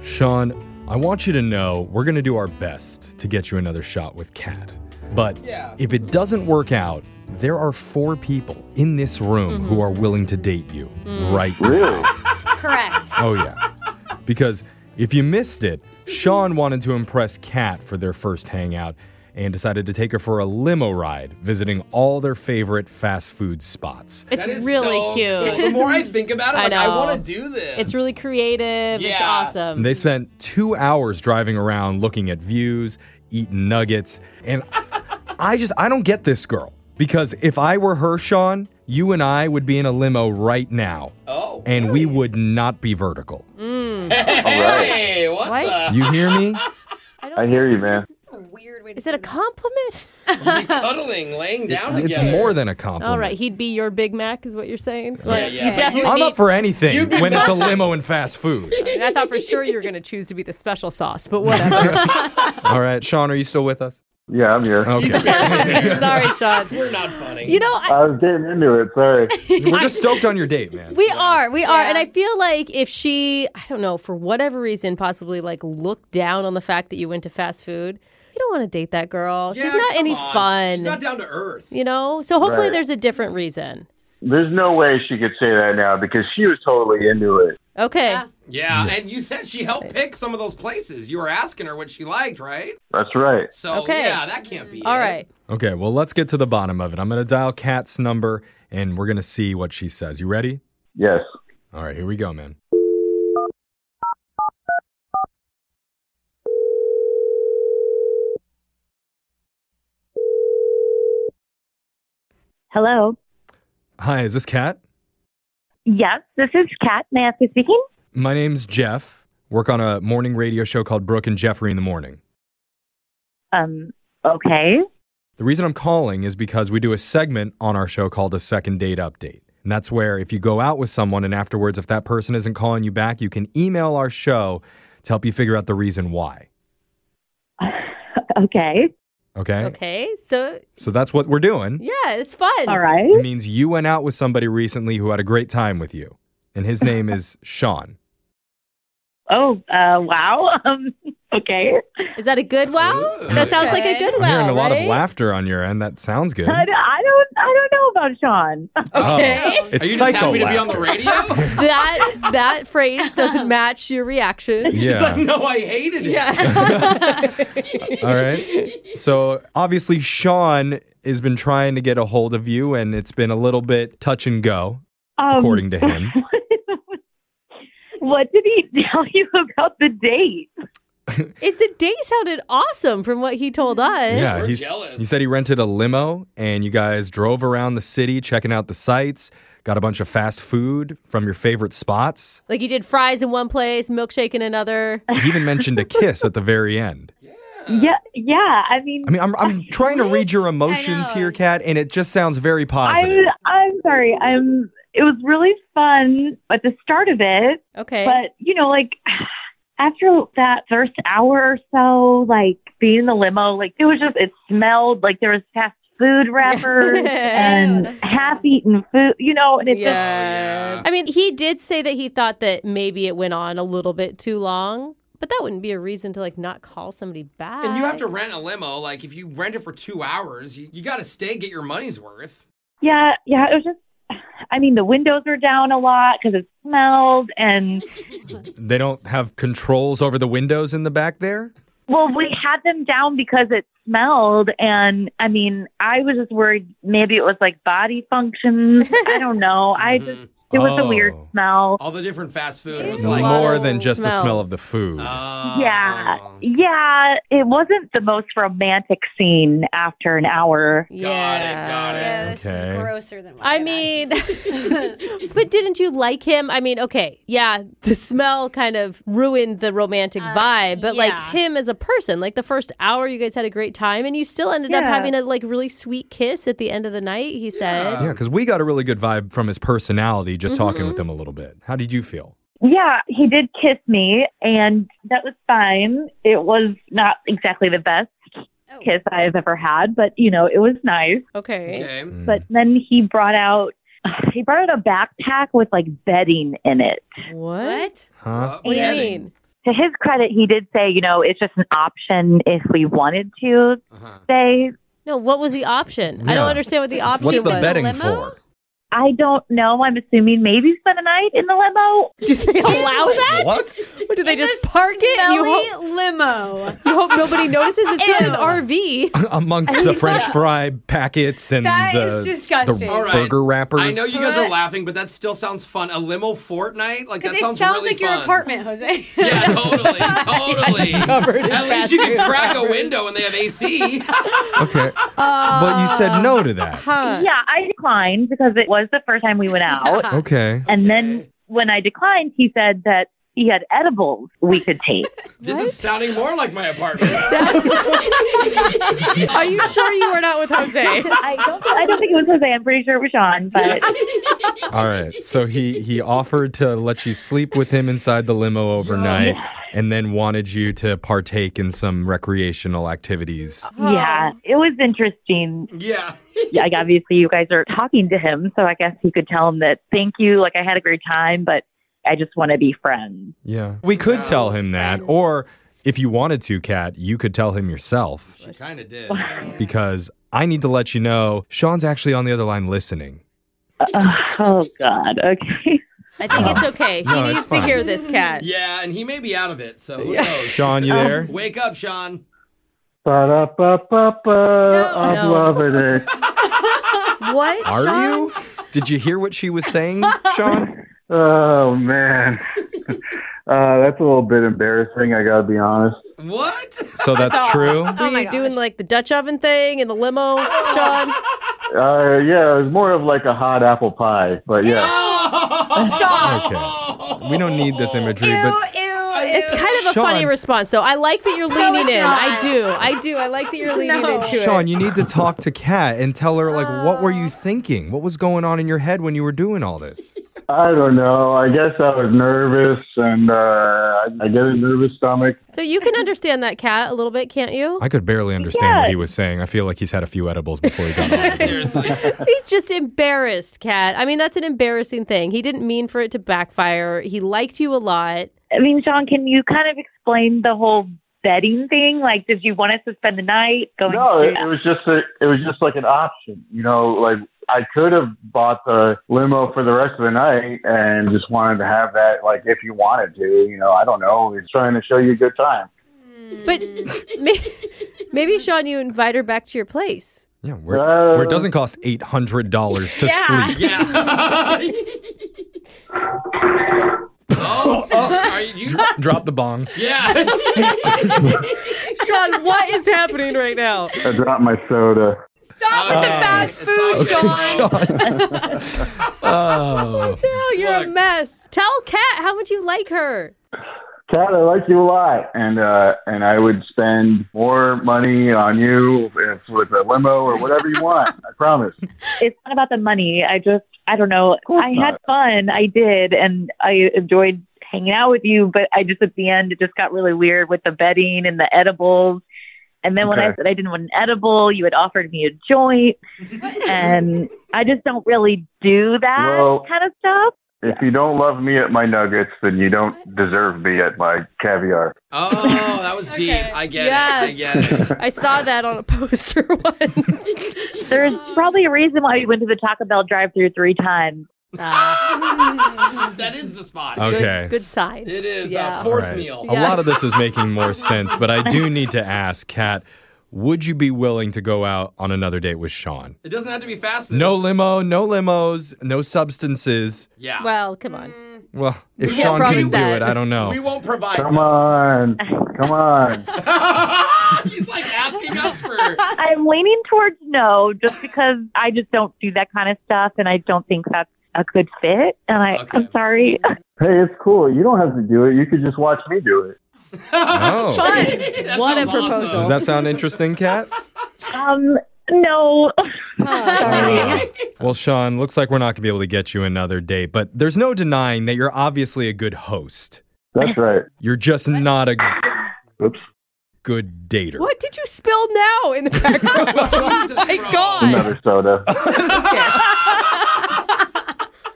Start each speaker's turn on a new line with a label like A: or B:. A: Sean, I want you to know we're going to do our best to get you another shot with Kat. But
B: Yeah.
A: if it doesn't work out, there are four people in this room who are willing to date you right now.
C: Really?
D: Correct.
A: Oh, yeah. Because if you missed it, Sean wanted to impress Kat for their first hangout and decided to take her for a limo ride, visiting all their favorite fast food spots.
B: That
D: It's
B: is
D: really
B: so
D: cute.
B: cool. The more I think about it,
D: I
B: like, I
D: know.
B: want to do this.
D: It's really creative. It's
B: Yeah.
D: awesome.
A: And they spent two hours driving around looking at views, eating nuggets. And I just, I don't get this girl. Because if I were her, Sean, you and I would be in a limo right now.
B: Oh.
A: And we would not be vertical.
B: Hey, what,
D: What?
B: the?
A: You hear me?
C: I hear you, man.
E: a weird way to
D: Is it a compliment?
B: Be cuddling, laying down
A: It's
B: together.
A: more than a compliment.
D: All right, he'd be your Big Mac, is what you're saying. Like,
B: yeah.
D: You definitely.
A: I'm
D: be-
A: up for anything when it's a limo and fast food.
E: And I thought for sure you were going to choose to be the special sauce, but whatever.
A: All right, Sean, are you still with us?
C: Yeah, I'm
F: Oh.
C: here.
A: Okay.
E: Sorry, Sean.
B: We're not funny.
F: You know, I,
C: I was getting into it. Sorry.
A: We're just stoked on your date, man.
F: we are, we are, and
D: Yeah.
F: I feel like if she, I don't know, for whatever reason, possibly like looked down on the fact that you went to fast food, you don't want to date that girl.
B: Yeah,
F: She's not
B: come
F: any
B: on.
F: fun.
B: She's not down to earth.
F: you know, so hopefully
C: Right.
F: there's a different reason.
C: There's no way she could say that now because she was totally into it.
F: Okay,
D: Yeah.
B: Yeah, and you said she helped pick some of those places. You were asking her what she liked, right?
C: That's right.
B: So
F: Okay.
B: yeah, that can't be.
F: all
B: it.
F: right.
A: Okay, well, let's get to the bottom of it. I'm going to dial Kat's number and we're going to see what she says. You ready?
C: Yes.
A: All right, here we go, man.
G: Hello.
A: Hi, is this Kat?
G: Yes, this is Kat. May I ask you speaking?
A: My name's Jeff. Work on a morning radio show called Brooke and Jeffrey in the Morning.
G: Um, okay.
A: The reason I'm calling is because we do a segment on our show called a second date update. And that's where if you go out with someone and afterwards if that person isn't calling you back, you can email our show to help you figure out the reason why.
G: okay.
A: Okay?
F: Okay, so
A: So that's what we're doing.
F: yeah, it's fun.
G: All right.
A: It means you went out with somebody recently who had a great time with you. And his name is Sean.
G: Oh, uh, wow. Um, okay.
F: Is that a good wow?
B: Ooh.
F: That sounds like a
E: Okay.
F: good
A: I'm
F: wow.
A: hearing a lot
F: right?
A: of laughter on your end. That sounds good.
G: I don't, I don't, I don't know about Sean.
A: Okay.
B: Are you
A: It's
B: just
A: psycho
B: happy to be on the
A: laughter.
B: radio?
F: That that phrase doesn't match your reaction.
B: She's like,
A: Yeah.
B: no, I hated it.
A: All right. So obviously Sean has been trying to get a hold of you and it's been a little bit touch and go,
G: Um,
A: according to him.
G: what did he tell you about the date?
F: It's a day sounded awesome from what he told us.
A: Yeah,
B: We're
A: he's,
B: jealous.
A: he said he rented a limo and you guys drove around the city checking out the sites, got a bunch of fast food from your favorite spots.
F: Like you did fries in one place, milkshake in another.
A: He even mentioned a kiss at the very end.
G: Yeah, yeah. I mean,
A: I mean, I'm, I'm trying to read your emotions
D: know.
A: here, Kat, and it just sounds very
G: I,
A: positive.
G: I'm sorry. I'm. It was really fun at the start of it,
F: Okay.
G: But you know, like after that first hour or so, like being in the limo, like it was just it smelled like there was fast food wrappers and
E: that's
G: half-eaten food, you know, and it's just
F: yeah. I mean, he did say that he thought that maybe it went on a little bit too long, but that wouldn't be a reason to like not call somebody back.
B: And you have to rent a limo. Like if you rent it for two hours, you, you got to stay, get your money's worth.
G: yeah, yeah, it was just. I mean, the windows were down a lot because it smelled, and
A: they don't have controls over the windows in the back there.
G: well, we had them down because it smelled, and I mean, I was just worried maybe it was like body functions. I don't know. I just
B: Mhm.
F: Mm-hmm.
G: it was a
A: Oh.
G: weird smell.
B: all the different fast food
D: There's
B: was
D: a
B: like
D: lot
A: More
D: of
A: than just the smell
F: smells.
A: of the food.
B: Oh.
G: Yeah, yeah. It wasn't the most romantic scene after an hour.
F: yeah.
B: got it.
D: Yeah, this
A: Okay.
D: is grosser than what
F: I
D: had.
F: mean, but didn't you like him? I mean, okay, yeah, the smell kind of ruined the romantic
D: Uh,
F: vibe, but like
D: yeah.
F: him as a person, like the first hour you guys had a great time and you still ended up
G: Yeah.
F: having a like really sweet kiss at the end of the night, he said.
B: Um,
A: yeah, because we got a really good vibe from his personality just
B: Mm-hmm.
A: talking with him a little bit. How did you feel?
G: Yeah, he did kiss me, and that was fine. It was not exactly the best
D: Oh.
G: kiss I have ever had, but you know, it was nice.
F: Okay.
B: Okay.
H: Mm-hmm.
A: Hmm.
G: But then he brought out he brought out a backpack with like bedding in it.
F: What?
D: What?
A: Hmm, Huh?
F: What do you
B: Bedding.
F: mean?
G: to his credit, he did say, you know, it's just an option if we wanted to
B: Uh-huh.
G: stay.
F: No, what was the option? I
A: Yeah.
F: don't understand what the option
A: What's the
F: was.
A: betting
H: limo?
A: for?
G: I don't know. I'm assuming maybe spend a night in the limo.
E: Do they allow that?
A: What?
E: Or do they
H: In
E: just
H: the
E: park it? and You
H: smelly
E: hope,
H: limo.
E: you hope nobody notices. It's not an RV.
A: Amongst the French fry packets and
H: That
A: the,
H: is disgusting.
A: the
H: All
B: right.
A: burger wrappers.
B: I know you guys are
H: What?
B: laughing, but that still sounds fun. A limo fortnight? Like that
H: Because it sounds,
B: really
H: like your
B: fun.
H: apartment, Jose.
B: Yeah, totally, totally.
E: covered in
B: At
E: fast
B: least you
E: food
B: can crack a window and they have AC.
A: Okay. but you said no
H: Um,
A: to that.
G: Yeah, I declined because it was the first time we went out.
A: Okay.
G: And then when I declined, he said that he had edibles we could take.
B: This is sounding more like my apartment.
E: Are you sure you were not with Jose?
G: I don't, I don't think it was Jose. I'm pretty sure it was Sean, but
A: All right. So he he offered to let you sleep with him inside the limo overnight and then wanted you to partake in some recreational activities.
F: Oh.
G: yeah, it was interesting.
B: yeah.
G: Yeah, like obviously you guys are talking to him, so I guess you could tell him that thank you, like I had a great time, but I just want to be friends.
A: Yeah. We could
B: Wow.
A: tell him that or if you wanted to, Kat, you could tell him yourself
B: She kind of did.
A: because I need to let you know Sean's actually on the other line listening.
G: Oh God, okay.
F: I think it's okay.
A: No,
F: he
A: it's
F: needs to
A: fine.
F: hear this cat.
B: Yeah, and he may be out of it, so who knows?
A: Sean, you there?
B: Wake up, Sean.
C: Ba-da-ba-ba-ba. I'm
F: No.
C: loving it.
E: What?
F: Oh
A: Are you? Did you hear what she was saying, Sean?
C: Oh man, uh, that's a little bit embarrassing. I gotta be honest.
B: What?
A: So that's true.
F: Were you doing like the Dutch oven thing in the limo, Sean?
C: Uh, yeah, it was more of like a hot apple pie, but yeah.
B: Stop.
A: We don't need this imagery, but
F: It's kind of a
A: Sean.
F: funny response, though. I like that you're leaning
H: it's
F: in.
H: not.
F: I do. I do. I like that you're leaning
H: No.
F: into it.
A: Sean, you need to talk to Kat and tell her like what were you thinking? What was going on in your head when you were doing all this?
C: I don't know. I guess I was nervous, and uh, I I get a nervous stomach.
F: So you can understand that cat a little bit, can't you?
A: I could barely understand what he was saying. I feel like he's had a few edibles before he got on.
B: Seriously.
F: He's just embarrassed, Kat. I mean, that's an embarrassing thing. He didn't mean for it to backfire. He liked you a lot.
G: I mean, Sean, can you kind of explain the whole betting thing? Like, did you want us to spend the night going?
C: No,
G: to-
C: it, it was just a, it was just like an option, you know. Like I could have bought the limo for the rest of the night and just wanted to have that, like if you wanted to, you know. I don't know. It's trying to show you a good time.
F: But maybe, maybe Sean, you invite her back to your place.
A: Yeah, where, where it doesn't cost eight hundred dollars to sleep.
B: yeah. oh, oh, are you?
A: Drop the bong.
B: Yeah.
F: Sean, what is happening right now?
C: I dropped my soda.
H: Stop with the fast food,
B: it's all
H: Sean.
A: Oh,
F: Oh, you're
B: Look.
F: a mess. Tell Kat how much you like her.
C: Kat, I like you a lot, and uh, and I would spend more money on you if, with a limo or whatever you want. I promise.
G: it's not about the money. I just, I don't know. I had fun. I did, and I enjoyed hanging out with you. But I just at the end, it just got really weird with the bedding and the edibles. And then when I
C: Okay.
G: said I didn't want an edible, you had offered me a joint, and I just don't really do that
C: Well-
G: kind of stuff.
C: If you don't love me at my nuggets, then you don't deserve me at my caviar.
B: Oh, that was deep. I get it. I get it.
F: I saw that on a poster once.
G: There's probably a reason why we went to the Taco Bell drive-through three times.
B: That is the spot.
A: okay.
F: Good, good sign.
B: It is uh,
F: Yeah.
B: fourth
A: Right.
B: meal.
A: A lot of this is making more sense, but I do need to ask, Kat, would you be willing to go out on another date with Sean?
B: It doesn't have to be fast food.
A: No limo, no limos, no substances.
B: Yeah.
F: Well, come
D: Mm.
F: on.
A: Well, if
F: can't
A: Sean can
F: promise
A: do
F: that.
A: it, I don't know.
B: We won't provide.
C: Come on, come on.
B: He's like asking us for.
G: I'm leaning towards no, just because I just don't do that kind of stuff, and I don't think that's a good fit. And I,
B: Okay.
G: I'm sorry.
C: Hey, it's cool. You don't have to do it. You could just watch me do it.
A: Oh.
B: That
F: What a
B: sounds
F: proposal.
A: Does that sound interesting, Kat?
G: Um, no.
A: Uh, well, Sean, looks like we're not going to be able to get you another date, but there's no denying that you're obviously a good host.
C: That's right.
A: You're just not a
C: Oops.
A: good dater.
E: What did you spill now in the background?
B: awesome. Jesus
E: My
B: Christ.
E: God.
C: Another soda.